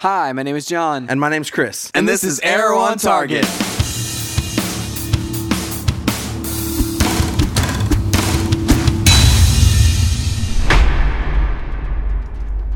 Hi, my name is John. And my name's Chris. And this is Arrow on Target.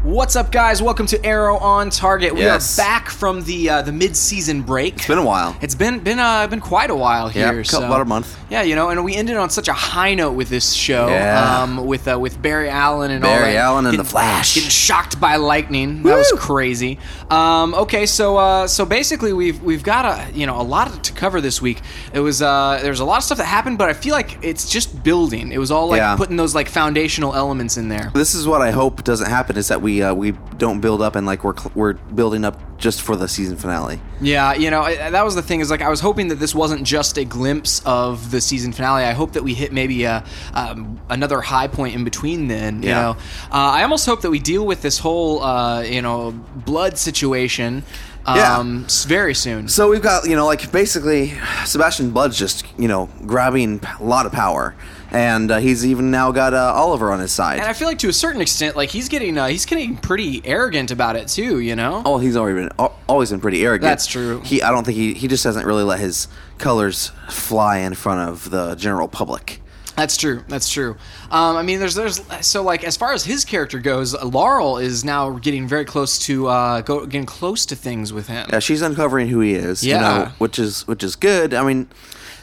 What's up, guys? Welcome to Arrow on Target. We Yes. are back from the uh, the mid season break. It's been a while. It's been been uh, been quite a while Yeah, here. couple- so. about a month. Yeah, you know, and we ended on such a high note with this show. Yeah. Um, with uh, with Barry Allen and all Barry that. Allen and The Flash. Getting shocked by lightning. That was Woo! crazy. Um, okay, so uh, so basically we've we've got a you know a lot to cover this week. It was uh, there's a lot of stuff that happened, but I feel like it's just building. It was all like Yeah. putting those like foundational elements in there. This is what I hope doesn't happen is that we uh, we don't build up and like we're cl- we're building up just for the season finale. Yeah, you know, I, that was the thing is like I was hoping that this wasn't just a glimpse of the season finale. I hope that we hit maybe a, um, another high point in between then, you Yeah. know. Uh, I almost hope that we deal with this whole, uh, you know, blood situation Yeah. um, s very soon. So we've got you know like basically Sebastian Blood's just you know grabbing a lot of power, and uh, he's even now got uh, Oliver on his side. And I feel like to a certain extent, like he's getting uh, he's getting pretty arrogant about it too, you know. Oh, he's already been al- always been pretty arrogant. That's true. He, I don't think he he just hasn't really let his colors fly in front of the general public. That's true. That's true. Um, I mean, there's there's so like as far as his character goes, Laurel is now getting very close to uh, go, getting close to things with him. Yeah, she's uncovering who he is. you know, Yeah. which is which is good. I mean,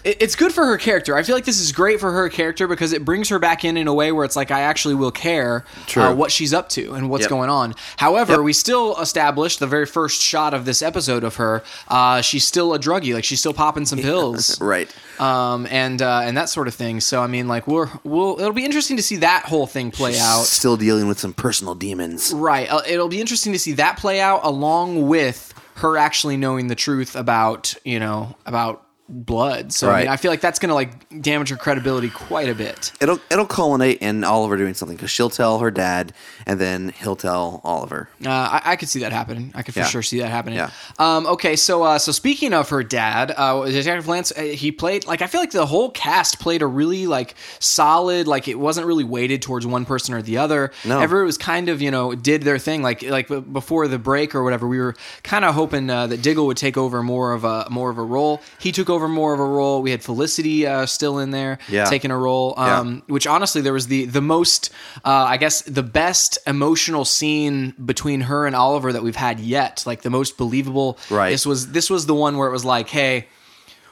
It- it's good for her character. I feel like this is great for her character because it brings her back in in a way where it's like I actually will care True. Uh, what she's up to and what's Yep. going on. However, Yep. we still established the very first shot of this episode of her. Uh, she's still a druggie, like she's still popping some pills, right. um, and uh, and that sort of thing. So I mean, like we're we'll it'll be interesting to see that whole thing play out. Still dealing with some personal demons. Right. Uh, it'll be interesting to see that play out along with her actually knowing the truth about, you know, about blood. So I mean, Right. I feel like that's going to like damage her credibility quite a bit. It'll it'll culminate in Oliver doing something because she'll tell her dad, and then he'll tell Oliver. Uh, I, I could see that happening. I could for Yeah. sure see that happening. Yeah. Um, okay, so uh, so speaking of her dad, uh, Detective Lance, uh, he played like I feel like the whole cast played a really like solid. Like it wasn't really weighted towards one person or the other. No. everyone was kind of you know did their thing. Like like b- before the break or whatever, we were kind of hoping uh, that Diggle would take over more of a more of a role. He took over more of a role. We had Felicity uh, still in there Yeah. taking a role. Yeah. Um, which honestly there was the the most uh, i guess the best emotional scene between her and oliver that we've had yet like the most believable Right. this was this was the one where it was like hey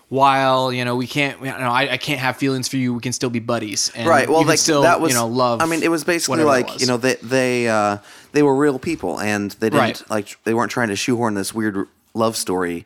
while you know we can't you know, I, I can't have feelings for you we can still be buddies and Right. Well, you can like still that was you know love I mean, it was basically whatever it like was. you know they they uh, they were real people, and they didn't Right. like they weren't trying to shoehorn this weird love story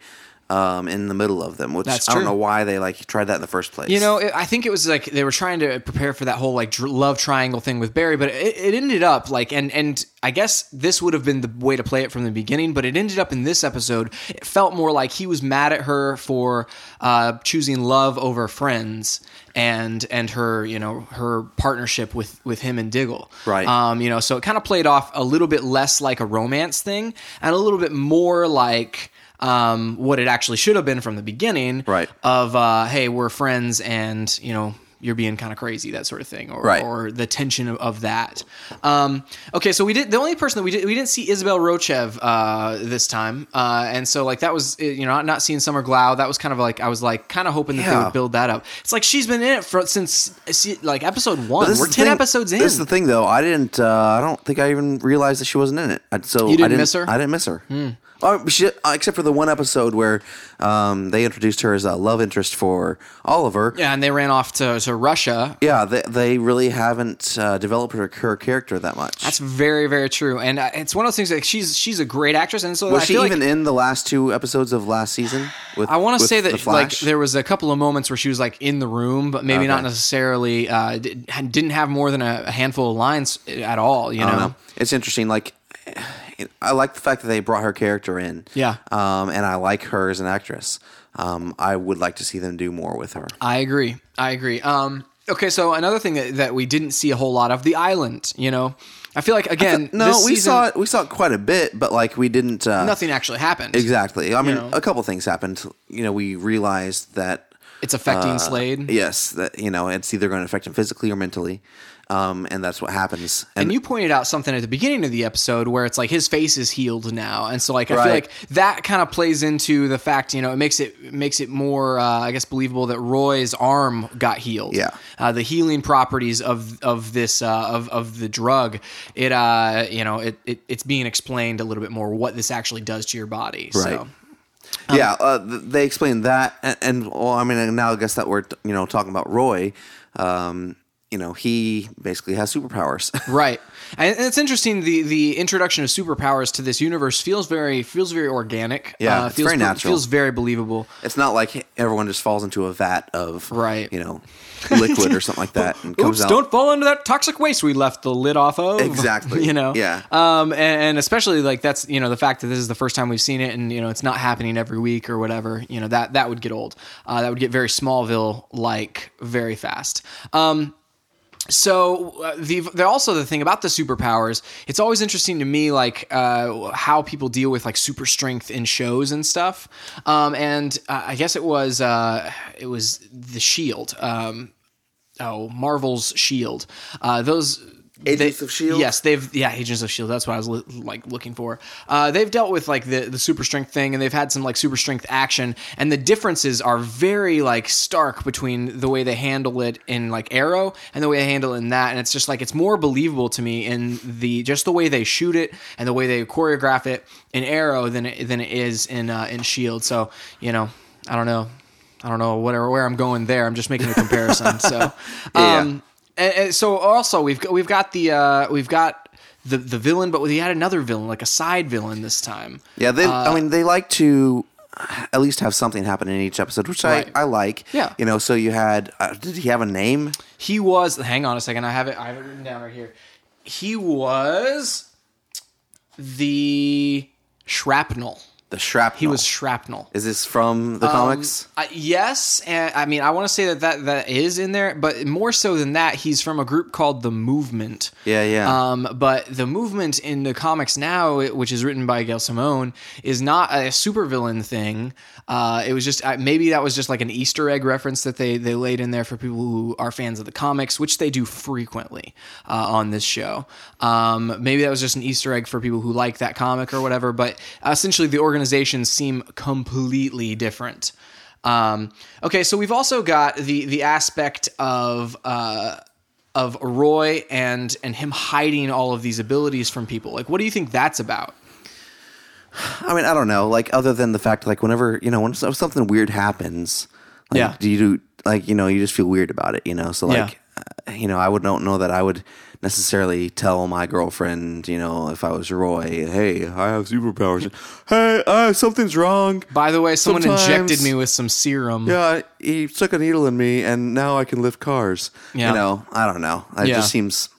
um, in the middle of them. Which That's I don't true. know why they like tried that in the first place. You know, it, I think it was like they were trying to prepare for that whole like dr- love triangle thing with Barry, but it, it ended up like, and and I guess this would have been the way to play it from the beginning, but it ended up in this episode. It felt more like he was mad at her for uh, choosing love over friends and and her you know her partnership with with him and Diggle, Right. Um, you know, so it kind of played off a little bit less like a romance thing and a little bit more like. Um, what it actually should have been from the beginning, Right. of uh, hey, we're friends, and you know you're being kind of crazy, that sort of thing, or, Right. or the tension of, of that. Um, okay, so we did the only person that we did we didn't see Isabel Rochev uh, this time, uh, and so like that was eh, you know not, not seeing Summer Glau that was kind of like I was like kind of hoping that they Yeah. would build that up. It's like she's been in it for since eh, see, like episode one. This is We're the ten thing- episodes in. This is the thing, though. I didn't. Uh, I don't think I even realized that she wasn't in it. I- So You didn't I didn't miss her? Hmm. I didn't miss her. Oh, she, uh, except for the one episode where um, they introduced her as a love interest for Oliver. yeah, and they ran off to, to Russia Yeah, they, they really haven't uh, developed her, her character that much. That's very, very true, and uh, it's one of those things. Like she's she's a great actress, and so was I she feel like- even in the last two episodes of last season? With I want to with say The that like Flash? there was a couple of moments where she was like in the room, but maybe not Okay. necessarily uh, di- didn't have more than a, a handful of lines eh, at all. You I know, don't know. It's interesting. Like, I like the fact that they brought her character in. Yeah. Um, and I like her as an actress. Um, I would like to see them do more with her. I agree. I agree. Um, okay, so another thing that, that we didn't see a whole lot of the island. You know, I feel like again, No, this we season, saw it. We saw it quite a bit, but like we didn't. Uh, nothing actually happened. Exactly. I mean, know. a couple things happened. You know, we realized that. It's affecting uh, Slade. Yes, that you know, it's either going to affect him physically or mentally. um, and that's what happens. And you pointed out something at the beginning of the episode where it's like his face is healed now, and so like I feel Right. like that kind of plays into the fact you know it makes it it makes it more uh, I guess believable that Roy's arm got healed. Yeah. uh, the healing properties of of this uh, of of the drug it uh you know it, it it's being explained a little bit more what this actually does to your body. Right. So. yeah, uh, th- they explained that, and, and well, I mean, now I guess that we're t- you know talking about Roy. Um, you know, he basically has superpowers. Right, and and it's interesting. the The introduction of superpowers to this universe feels very feels very organic. Uh, Yeah, it's feels very pre- natural. Feels very believable. it's not like everyone just falls into a vat of Right. you know, liquid or something like that and comes Oops, out. don't fall into that toxic waste we left the lid off of. Exactly. you know? Yeah. Um, and, and especially like that's, you know, the fact that this is the first time we've seen it and, you know, it's not happening every week or whatever, you know, that, that would get old. Uh, that would get very Smallville like very fast. Um, so uh, the, the also the thing about the superpowers it's always interesting to me like uh, how people deal with like super strength in shows and stuff um, and uh, i guess it was uh, it was the shield um, oh Marvel's Shield. Uh, those Agents they- of S.H.I.E.L.D.? Yes, they've yeah Agents of Shield. That's what I was li- like looking for. Uh, they've dealt with like the the super strength thing, and they've had some like super strength action, and the differences are very like stark between the way they handle it in like Arrow and the way they handle it in that, and it's just like it's more believable to me in the just the way they shoot it and the way they choreograph it in Arrow than it, than it is in uh, in Shield. So you know, I don't know. I don't know whatever where I'm going there. I'm just making a comparison. so, Yeah. um, and, and so also we've got, we've got the uh, we've got the the villain, but we had another villain, like a side villain this time. Yeah, they. Uh, I mean, they like to at least have something happen in each episode, which Right. I, I like. Yeah. you know. So you had. Uh, did he have a name? He was. Hang on a second. I have it. I have it written down right here. He was the shrapnel. The shrapnel. He was shrapnel. Is this from the comics? Uh, yes, and I mean I want to say that, that that is in there, but more so than that, he's from a group called the Movement. Yeah, yeah. Um, but the Movement in the comics now, which is written by Gail Simone, is not a supervillain thing. Uh, it was just uh, maybe that was just like an Easter egg reference that they they laid in there for people who are fans of the comics, which they do frequently uh, on this show. Um, maybe that was just an Easter egg for people who like that comic or whatever. But essentially, the organizations seem completely different. Um, okay, so we've also got the the aspect of uh, of Roy and and him hiding all of these abilities from people. Like, what do you think that's about? I mean, I don't know. Like, other than the fact, like, whenever you know, when so- something weird happens, like, Yeah. do you do like you know, you just feel weird about it, you know? So Yeah. like, uh, you know, I would don't know that I would necessarily tell my girlfriend, you know, if I was Roy, hey, I have superpowers. hey, uh, something's wrong. By the way, someone injected Sometimes- me with some serum. Yeah, he stuck a needle in me, and now I can lift cars. Yeah. You know, I don't know. It Yeah. just seems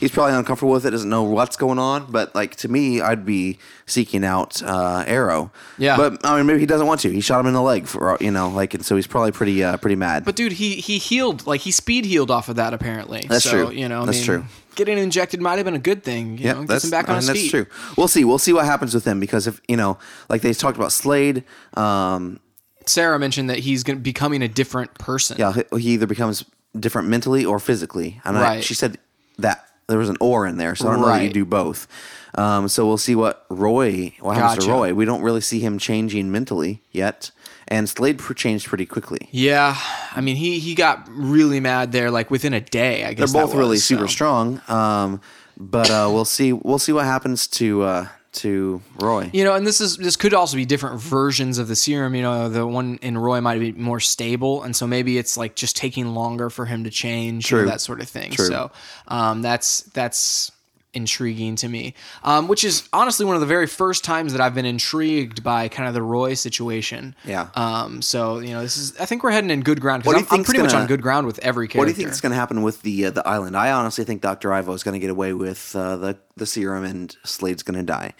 he's probably uncomfortable with it. Doesn't know what's going on. But like to me, I'd be seeking out uh, Arrow. Yeah. But I mean, maybe he doesn't want to. He shot him in the leg for you know, like, and so he's probably pretty uh, pretty mad. But dude, he he healed like he speed healed off of that apparently. That's so, true. You know, I That's mean, true. Getting injected might have been a good thing. You know, gets him back on I his mean, feet. That's true. We'll see. We'll see what happens with him because if you know, like they talked about Slade. Um, Sarah mentioned that he's gonna, becoming a different person. yeah, he- he either becomes different mentally or physically. And I, Right. she said that there was an or in there, so I don't know that you Right. do both. Um, so we'll see what Roy, what happens to Gotcha. Roy. We don't really see him changing mentally yet, and Slade pr- changed pretty quickly. Yeah, I mean he he got really mad there, like within a day. I guess They're both that was, really so. super strong, um, but uh, we'll see. We'll see what happens to uh, to Roy. You know, and this is this could also be different versions of the serum. You know, the one in Roy might be more stable, and so maybe it's like just taking longer for him to change, you know, True. that sort of thing. True. So um, that's that's intriguing to me, um, which is honestly one of the very first times that I've been intrigued by kind of the Roy situation. Yeah. Um, so you know, this is I think we're heading in good ground because do you I'm, I'm think's pretty much gonna- on good ground with every character. What do you think is going to happen with the uh, the island? I honestly think Doctor Ivo is going to get away with uh, the the serum, and Slade's going to die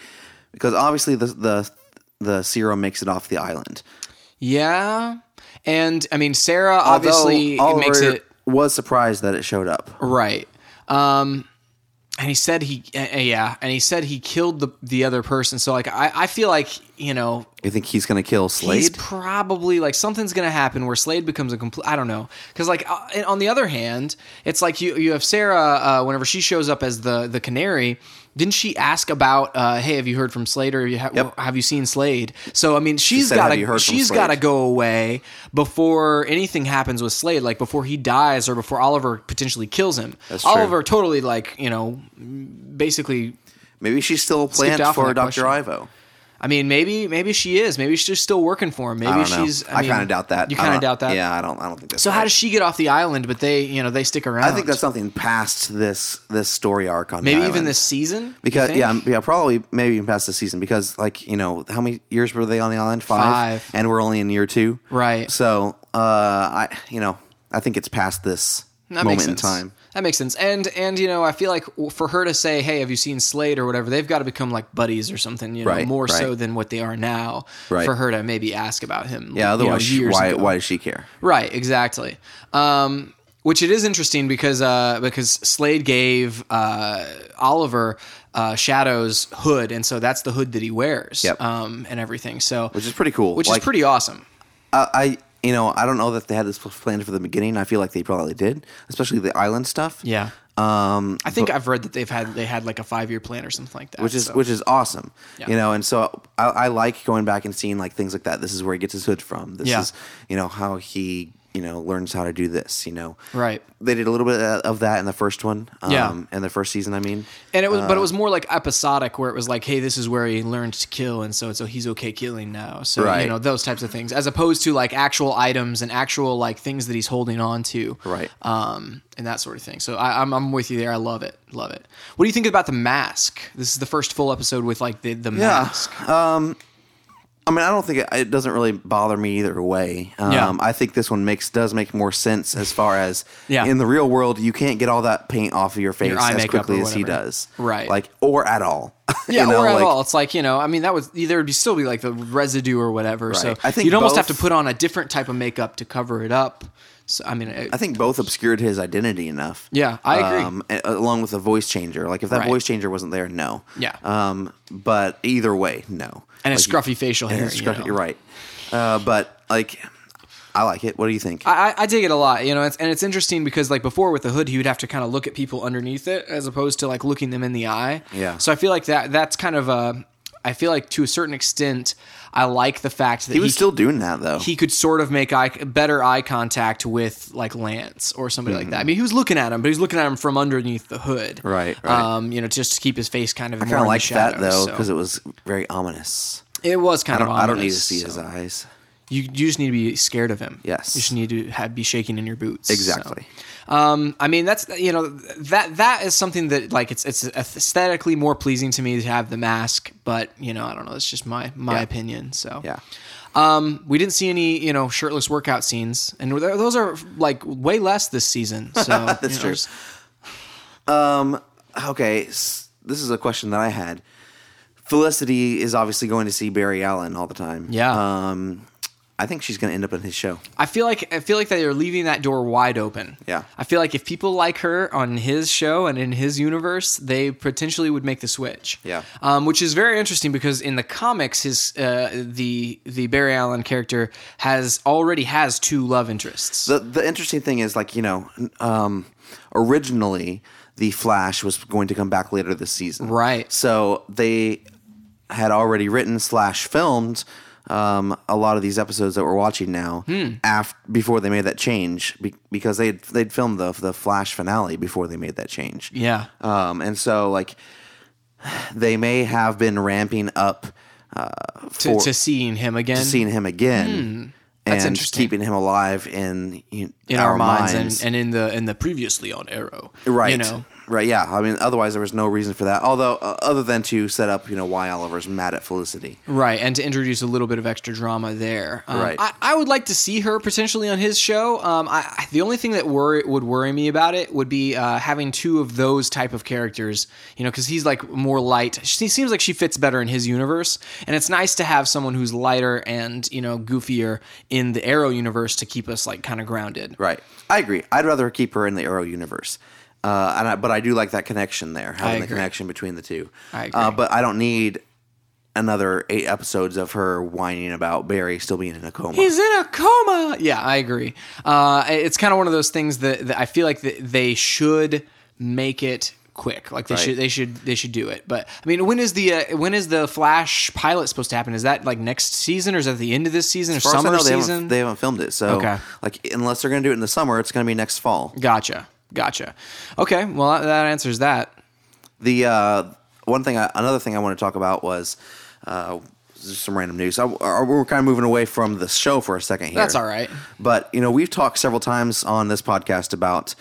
because obviously the the the serum makes it off the island. yeah, and I mean Sarah obviously Although makes Oliver it was surprised that it showed up. Right. Um, and he said he uh, yeah and he said he killed the the other person so like i i feel like you know You think he's gonna kill he's Slade? probably like something's gonna happen where Slade becomes a complete. I don't know because like uh, and on the other hand, it's like you you have Sarah uh, whenever she shows up as the the canary. Didn't she ask about? Uh, hey, have you heard from Slade or you ha- have you seen Slade? So I mean, she's said, got "Have you to heard from she's Slade?" got to go away before anything happens with Slade, like before he dies or before Oliver potentially kills him. That's true. Oliver totally like you know basically Maybe she's still a plant off on for that Doctor question. Ivo. I mean, maybe maybe she is. Maybe she's still working for him. Maybe I don't know. she's. I, mean, kind of doubt that. You I kind of don't- doubt that. Yeah, I don't. I don't think that's So how right. does she get off the island? But they, you know, they stick around. I think that's something past this this story arc on the maybe even island. this season. you because think? yeah m- yeah probably maybe even past the season because like you know how many years were they on the island five, Five. and we're only in year two Right. so uh I you know I think it's past this that moment makes in sense. time That makes sense. And and you know, I feel like w- for her to say, "Hey, have you seen Slade or whatever?" They've got to become like buddies or something. You know, Right, more so right. than what they are now. Right. For her to maybe ask about him. yeah otherwise you know, she- years why ago. why does she care Right, exactly. Um, which it is interesting because uh, because Slade gave uh, Oliver uh, Shadow's hood, and so that's the hood that he wears Yep. um, and everything. So which is pretty cool which Like, is pretty awesome. I, I you know I don't know that they had this planned for the beginning I feel like they probably did especially the island stuff Yeah, um I think I've read that they've had they had like a five year plan or something like that. which is so. which is awesome Yeah. you know and so I, I like going back and seeing like things like that this is where he gets his hood from this Yeah. is you know how he you know learns how to do this you know Right. they did a little bit of that in the first one um Yeah. in the first season i mean and it was Uh, but it was more like episodic where it was like, hey, this is where he learned to kill, and so so he's okay killing now. So Right. you know those types of things, as opposed to like actual items and actual like things that he's holding on to. right um, and that sort of thing. So I, I'm, I'm with you there. I love it. Love it. What do you think about the mask? This is the first full episode with like the, the mask. i mean i don't think it, it doesn't really bother me either way um Yeah. i think this one makes does make more sense as far as Yeah. in the real world you can't get all that paint off of your face eye as makeup or quickly as he whatever. does Right. like or at all Yeah, You know, or at like- all. It's like you know, I mean, that was there would be still be like the residue or whatever. So Right. I think you'd almost both- have to put on a different type of makeup to cover it up. So I mean, it, I think both obscured his identity enough. Um, Yeah, I agree. a- along with the voice changer. Like if that Right. voice changer wasn't there, no. Yeah. Um, but either way, no. and like, his scruffy facial hair. and his you scruffy- know. You're right. Uh, but like, I like it. What do you think? I, I- I dig it a lot, you know, it's, and it's interesting because like before with the hood, he would have to kind of look at people underneath it as opposed to like looking them in the eye. Yeah. So I feel like that that's kind of a. I feel like to a certain extent, I like the fact that he was still doing that though. he could sort of make eye, better eye contact with like Lance or somebody like that. I mean, he was looking at him, but he was looking at him from underneath the hood, Mm-hmm. Right, right. Um, you know, just to keep his face kind of I more in kind of the like that shadows, though so. because it was very ominous. it was kind I don't. of. I don't need to ominous, see his so. eyes. You, you just need to be scared of him. Yes. you just need to have, be shaking in your boots. so. Exactly. Um, I mean, that's you know that that is something that like it's it's aesthetically more pleasing to me to have the mask, but you know I don't know. It's just my my opinion. So Yeah. um, we didn't see any you know shirtless workout scenes, and th- those are like way less this season. So that's true. Okay. s- This is a question that I had. Felicity is obviously going to see Barry Allen all the time. Yeah. Um, I think she's going to end up in his show. I feel like I feel like they are leaving that door wide open. Yeah. I feel like if people like her on his show and in his universe, they potentially would make the switch. Yeah. um, which is very interesting because in the comics, his uh, the the Barry Allen character has already has two love interests. The the interesting thing is like you know, um, originally the Flash was going to come back later this season, Right. So they had already written slash filmed um, a lot of these episodes that we're watching now Hmm. after before they made that change be- because they they'd filmed the the Flash finale before they made that change, yeah, Um, and so like they may have been ramping up uh, to, for- to seeing him again. seeing him again. and interesting. keeping him alive in in, in our, minds, and, and in the in the previously on Arrow, right You know, right yeah i mean otherwise there was no reason for that although uh, other than to set up you know why oliver's mad at felicity Right, and to introduce a little bit of extra drama there. Um, Right. I, I would like to see her potentially on his show. Um, I, I- the only thing that worry, would worry me about it would be uh, having two of those type of characters, you know, because he's like more light. She seems like she fits better in his universe, and it's nice to have someone who's lighter and, you know, goofier in the Arrow universe to keep us like kind of grounded. right i agree i'd rather keep her in the arrow universe Uh, and I, but I do like that connection there, having the agree. connection between the two. I agree. Uh, but I don't need another eight episodes of her whining about Barry still being in a coma. He's in a coma. Yeah, I agree. Uh, it's kind of one of those things that, that I feel like that they should make it quick. Like they Right. should they should they should do it. But I mean, when is the uh, when is the Flash pilot supposed to happen? Is that like next season or is that the end of this season or As far as I summer know, they season? Haven't, they haven't filmed it, so Okay. like unless they're gonna do it in the summer, it's gonna be next fall. gotcha, gotcha. Okay, well that, that answers that. The uh, one thing, I, another thing I want to talk about was uh, just some random news. I, I- we're kind of moving away from the show for a second here. That's all right. But you know, we've talked several times on this podcast about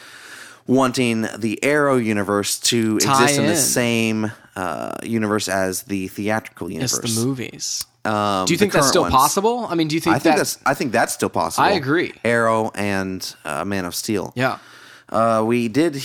wanting the Arrow universe to Tie exist in, the in. same uh, universe as the theatrical universe. It's the movies. Um, do you think the that's current still ones. possible? I mean, do you think, I think that- that's I think that's still possible. I agree. Arrow and uh, Man of Steel. yeah? Uh, we did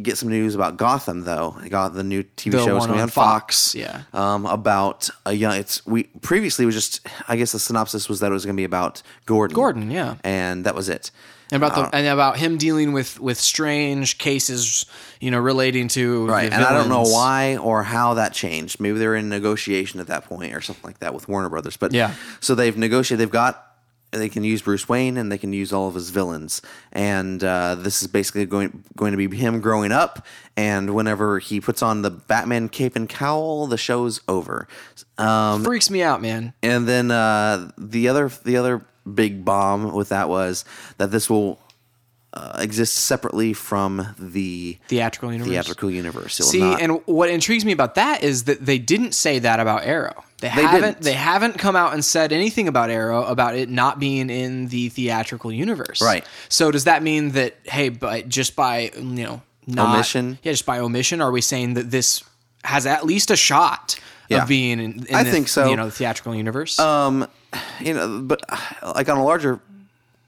get some news about Gotham, though. It Got the new TV The show is one coming on on Fox. Fox, yeah. Um, about a young. It's we previously was just. I guess the synopsis was that it was going to be about Gordon. Gordon, yeah. And that was it. And about the and about him dealing with with strange cases, you know, relating to Right. the And I don't know villains. why or how that changed. Maybe they were in negotiation at that point or something like that with Warner Brothers. But Yeah. So they've negotiated. They've got. They can use Bruce Wayne and they can use all of his villains. And uh, this is basically going going to be him growing up. And whenever he puts on the Batman cape and cowl, the show's over. Um, freaks me out, man. and then uh, the other the other big bomb with that was that this will uh, exist separately from the Theatrical universe. theatrical universe. It will See, not- and what intrigues me about that is that they didn't say that about Arrow. They, haven't. didn't. They haven't come out and said anything about Arrow about it not being in the theatrical universe. Right. So does that mean that hey, but just by you know not, Omission? yeah, just by omission, are we saying that this has at least a shot Yeah. of being in? in I the, think so. You know, the theatrical universe. um, you know, but uh, like on a larger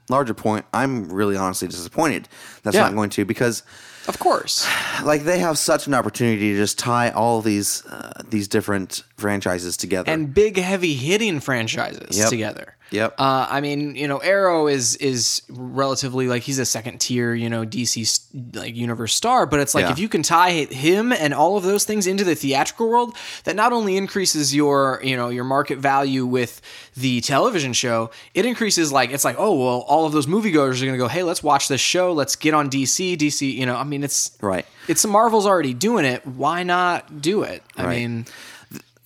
larger point, I'm really honestly disappointed that's Yeah. not going to because of course. like they have such an opportunity to just tie all these uh, these different franchises together. and big heavy hitting franchises Yep. together. Yep. Uh, I mean, you know, Arrow is is relatively like he's a second tier, you know, DC s- like universe star, but it's like Yeah. if you can tie him and all of those things into the theatrical world, that not only increases your you know your market value with the television show, it increases like it's like oh well, all of those moviegoers are gonna go, hey, let's watch this show, let's get on DC, DC, you know, I mean, it's Right. It's Marvel's already doing it. Why not do it? I Right. mean,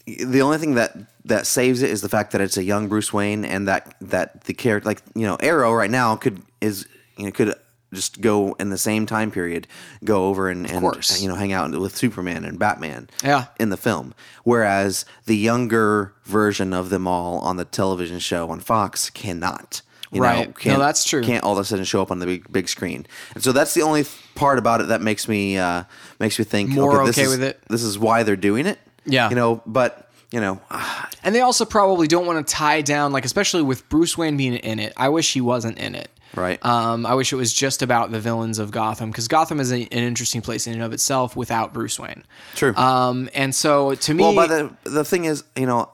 the only thing that that saves it is the fact that it's a young Bruce Wayne and that that the character like you know Arrow right now could is you know could just go in the same time period go over and, and course. you know hang out with Superman and Batman Yeah. in the film whereas the younger version of them all on the television show on Fox cannot you Right. know, No, can't, that's true. can't all of a sudden show up on the big, big screen and so that's the only part about it that makes me uh, makes me think More this okay is- with it. this is why they're doing it Yeah. you know know, but you know, ah, And they also probably don't want to tie down, like especially with Bruce Wayne being in it. I wish he wasn't in it. Right. Um, I wish it was just about the villains of Gotham because Gotham is a, an interesting place in and of itself without Bruce Wayne. True. Um, and so to me, well, but the the thing is, you know,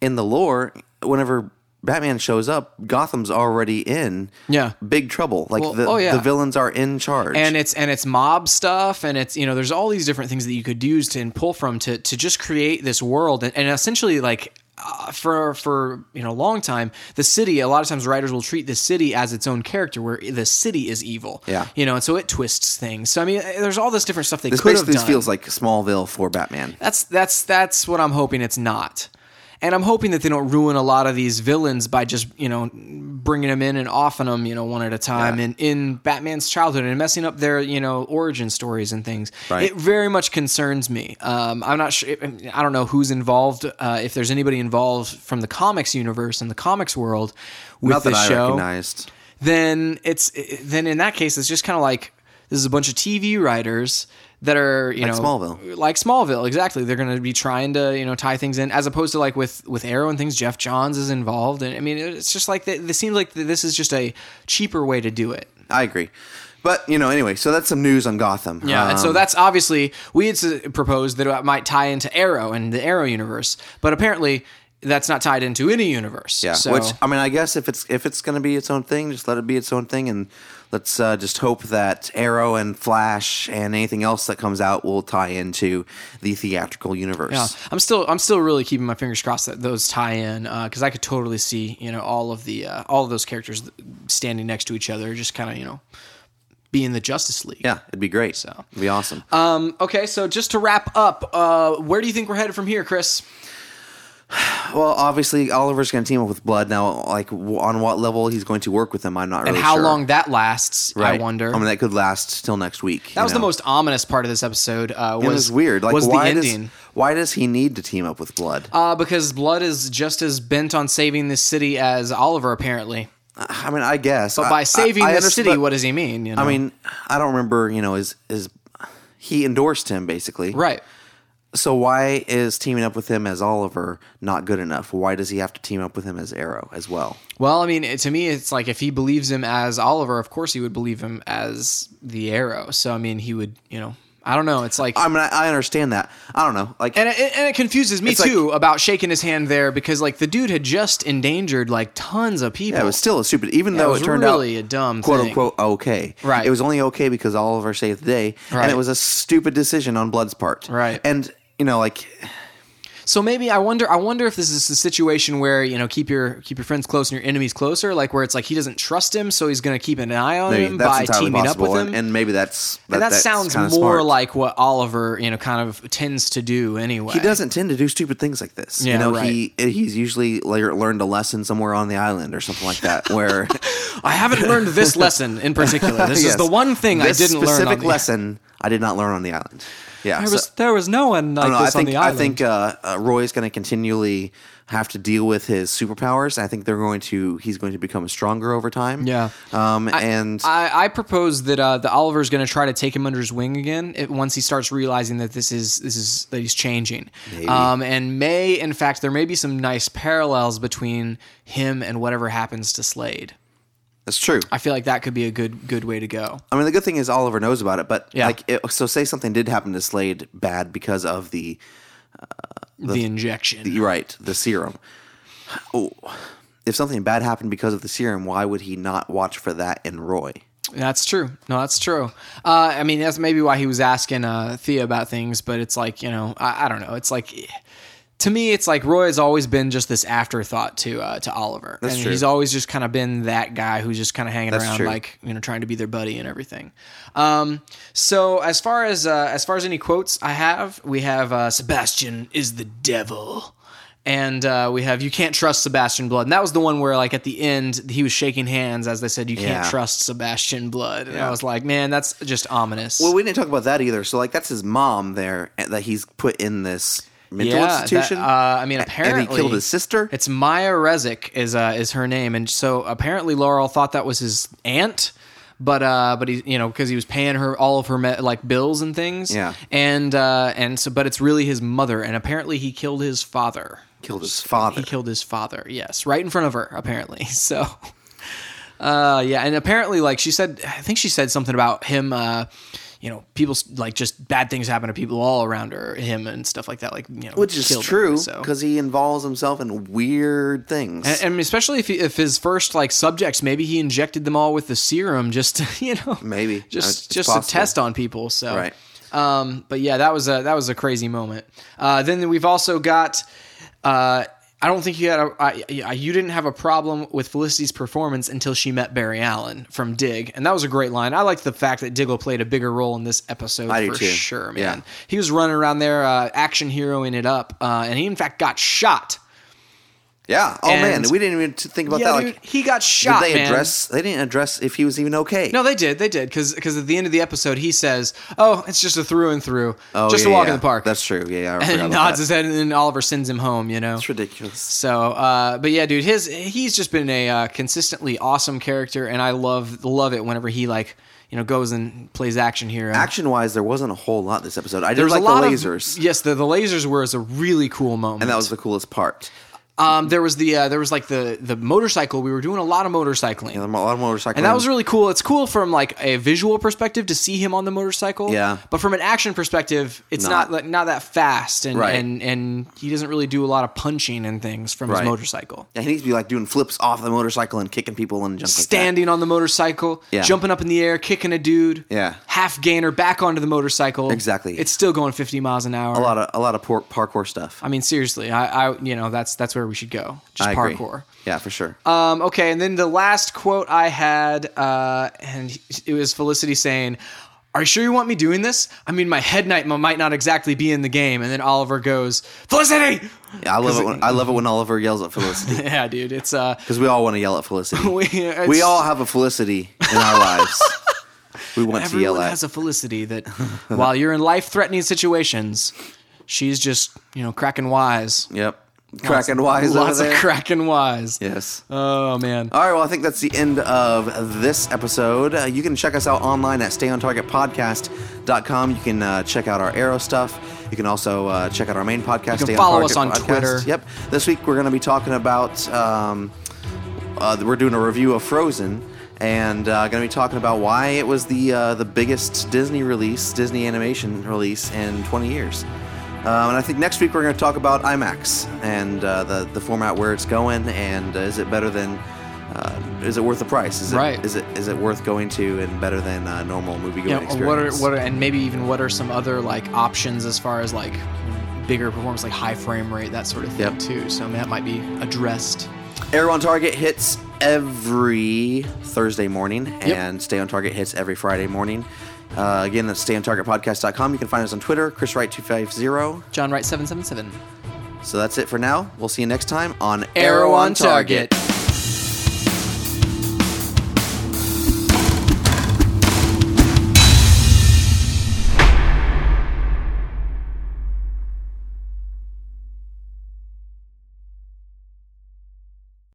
in the lore, whenever Batman shows up, Gotham's already in Yeah. big trouble. Like the oh, yeah. the villains are in charge. and it's and it's mob stuff and it's you know there's all these different things that you could use to and pull from to to just create this world and, and essentially like uh, for for you know a long time the city a lot of times writers will treat the city as its own character where the city is evil Yeah. you know and so it twists things so I mean there's all this different stuff they this could have basically done feels like Smallville for Batman. that's that's that's what I'm hoping it's not. And I'm hoping that they don't ruin a lot of these villains by just you know bringing them in and offing them you know one at a time Yeah. and in Batman's childhood and messing up their you know origin stories and things. Right. It very much concerns me. Um, I'm not sure. I don't know who's involved. Uh, if there's anybody involved from the comics universe and the comics world with Not that this I show, recognized. then it's then in that case it's just kind of like this is a bunch of TV writers that are you know Smallville. like Smallville exactly they're going to be trying to you know tie things in as opposed to like with with Arrow and things Jeff Johns is involved and I mean it's just like it seems like th- this is just a cheaper way to do it I agree, but you know, anyway. So that's some news on Gotham. yeah and so Um, that's obviously we had s- proposed that it might tie into Arrow and the Arrow universe but apparently that's not tied into any universe. Yeah. So, Which I mean, I guess if it's if it's going to be its own thing, just let it be its own thing, and let's uh, just hope that Arrow and Flash and anything else that comes out will tie into the theatrical universe. yeah, Uh, I'm still I'm still really keeping my fingers crossed that those tie in because I could totally see you know all of the uh, all of those characters standing next to each other, just kind of you know being the Justice League. Yeah, it'd be great. So it'd be awesome. Um, okay, so just to wrap up, uh, where do you think we're headed from here, Chris? well, obviously Oliver's going to team up with Blood now. Like w- on what level he's going to work with him, I'm not really And how sure. long that lasts, I Right. wonder. I mean, that could last till next week. that was the most ominous part of this episode. Uh, was, It was weird. Like, was the why ending. Does, why does he need to team up with Blood? Uh, because Blood is just as bent on saving this city as Oliver, apparently. I mean, I guess. But By saving the the city, what does he mean? You know? I mean, I don't remember, you know, is is he endorsed him basically. right. So why is teaming up with him as Oliver not good enough? Why does he have to team up with him as Arrow as well? Well, I mean, it, to me, it's like if he believes him as Oliver, of course he would believe him as the Arrow. So, I mean, he would, you know, I don't know. It's like. I mean, I, I understand that. I don't know. Like and it, and it confuses me It's like- too about shaking his hand there because like the dude had just endangered like tons of people. yeah, it was still a stupid even though it it, was turned really out a dumb quote thing. unquote okay. Right. It was only okay because Oliver saved the day Right. and it was a stupid decision on Blood's part. Right. And you know, like So maybe I wonder. I wonder if this is a situation where you know keep your keep your friends close and your enemies closer, like where it's like he doesn't trust him, so he's going to keep an eye on maybe him that's by entirely teaming up possible. with him. And, and maybe that's And that that's sounds more kinda smart. like what Oliver, you know, kind of tends to do anyway. he doesn't tend to do stupid things like this. Yeah, you know, right. he eh, he's usually like, learned a lesson somewhere on the island or something like that. Where I haven't learned this lesson in particular. This is Yes. the one thing This I didn't learn. specific On the, lesson I did not learn on the island. Yeah, There so- Oh, was there was no one like I don't know, I this think on the island. I think uh, uh, Roy's going to continually have to deal with his superpowers. I think they're going to he's going to become stronger over time. Yeah. um, and I, I propose that uh, the Oliver's going to try to take him under his wing again it, once he starts realizing that this is this is that he's changing. Um, and may in fact there may be some nice parallels between him and whatever happens to Slade. that's true. I feel like that could be a good good way to go. I mean, the good thing is Oliver knows about it, but Yeah. like, it, so say something did happen to Slade bad because of the The, injection. You're right, the serum. Oh, if something bad happened because of the serum, why would he not watch for that in Roy? That's true. No, that's true. Uh, I mean, that's maybe why he was asking uh, Thea about things, but it's like, you know, I, I don't know. It's like, eh, to me, it's like Roy has always been just this afterthought to uh, to Oliver. and true. he's always just kind of been that guy who's just kind of hanging around, true. like, you know, trying to be their buddy and everything. Um, so as far as uh, as far as any quotes I have, we have uh, Sebastian is the devil. And uh, we have you can't trust Sebastian Blood, and that was the one where like at the end he was shaking hands as they said you can't Yeah. trust trust Sebastian Blood. And I was like, man, that's just ominous. Well, we didn't talk about that either. So, like, that's his mom there and- that he's put in this mental that- institution. uh, I mean, apparently and he killed his sister. It's Maya Rezik is uh, is her name, and so apparently Laurel thought that was his aunt, but uh, but he you know because he was paying her all of her me- like bills and things. Yeah. and uh, and so but it's really his mother, and apparently he killed his father. killed his father. He killed his father. Yes, right in front of her. Apparently, so. Uh, yeah, and apparently, like she said, I think she said something about him. Uh, you know, people like just bad things happen to people all around her, him, and stuff like that. Like you know, Which is killed her, true so. because he involves himself in weird things. And, and especially if, he, if his first like subjects, maybe he injected them all with the serum, just to, you know, Maybe. It's just just possible. to test on people. So Right. Um, but yeah, that was a that was a crazy moment. Uh, then we've also got. Uh, I don't think you had a I, I- you didn't have a problem with Felicity's performance until she met Barry Allen from Dig, and that was a great line. I liked the fact that Diggle played a bigger role in this episode I do for too. sure, Yeah. man. He was running around there, uh, action heroing it up, uh, and he in fact got shot. yeah. Oh and- man, we didn't even think about Yeah, that. dude, like, he got shot. did they man. address? They didn't address if he was even okay. No, they did. They did because at the end of the episode, he says, "Oh, it's just a through and through, Oh, just yeah, a walk yeah. in the park." That's true. Yeah, yeah. I and forgot he about nods that. his head, and then Oliver sends him home. You know. It's ridiculous. So, uh, but yeah, dude, his he's just been a uh, consistently awesome character, and I love love it whenever he like you know goes and plays action hero. action wise, there wasn't a whole lot this episode. I did There's like a lot the of- lasers, yes, the, the lasers were is a really cool moment. and that was the coolest part. Um, there was the uh, there was like the the motorcycle. We were doing a lot of motorcycling. A lot of motorcycling. And that was really cool. It's cool from like a visual perspective to see him on the motorcycle. Yeah. But from an action perspective, it's not Not- like not that fast, and Right. and and he doesn't really do a lot of punching and things from Right. his motorcycle. Yeah, he needs to be like doing flips off the motorcycle and kicking people and junk Standing on the motorcycle, Yeah. jumping up in the air, kicking a dude, Yeah. half gainer back onto the motorcycle. Exactly. It's still going 50 miles an hour. Like that. A lot of a lot of por- parkour stuff. I mean, seriously, I, I, you know, that's that's where we should go. Just I agree. parkour. Yeah, for sure. Um, okay, and then the last quote I had, uh, and it was Felicity saying, "Are you sure you want me doing this? I mean, my head night might not exactly be in the game." And then Oliver goes, "Felicity!" yeah, I love it. When, I love it when Oliver yells at Felicity Yeah, dude, it's uh, because we all want to yell at Felicity. we, we, it's, all have a Felicity in our lives. We want to everyone yell at. has a Felicity that, while you're in life-threatening situations, she's just you know cracking wise, yep. Cracking wise over lots of there. cracking wise. yes. Oh man. All right, well, I think that's the end of this episode. Uh, you can check us out online at stayontargetpodcast.com. You can uh, check out our arrow stuff. You can also uh, check out our main can podcast. Stay follow us Target on Twitter. Yep. This week we're going to be talking about, um, uh, we're doing a review of Frozen. And uh, going to be talking about why it was the uh, the biggest Disney release, Disney animation release in 20 years. Um, and I think next week we're going to talk about IMAX and uh, the the format where it's going, and uh, is it better than, uh, is it worth the price? Is it, Right. Is it is it worth going to and better than uh, normal movie going Yeah, experience? what are what are, and maybe even what are some other like options as far as like bigger performance, like high frame rate, that sort of thing Yep. too. So that might be addressed. Air on Target hits every Thursday morning, and Stay on Target hits every Friday morning. Uh, again, that's stayontargetpodcast.com. You can find us on Twitter, Chris Wright two five zero. John Wright seven seven seven. So that's it for now. We'll see you next time on Arrow on Target.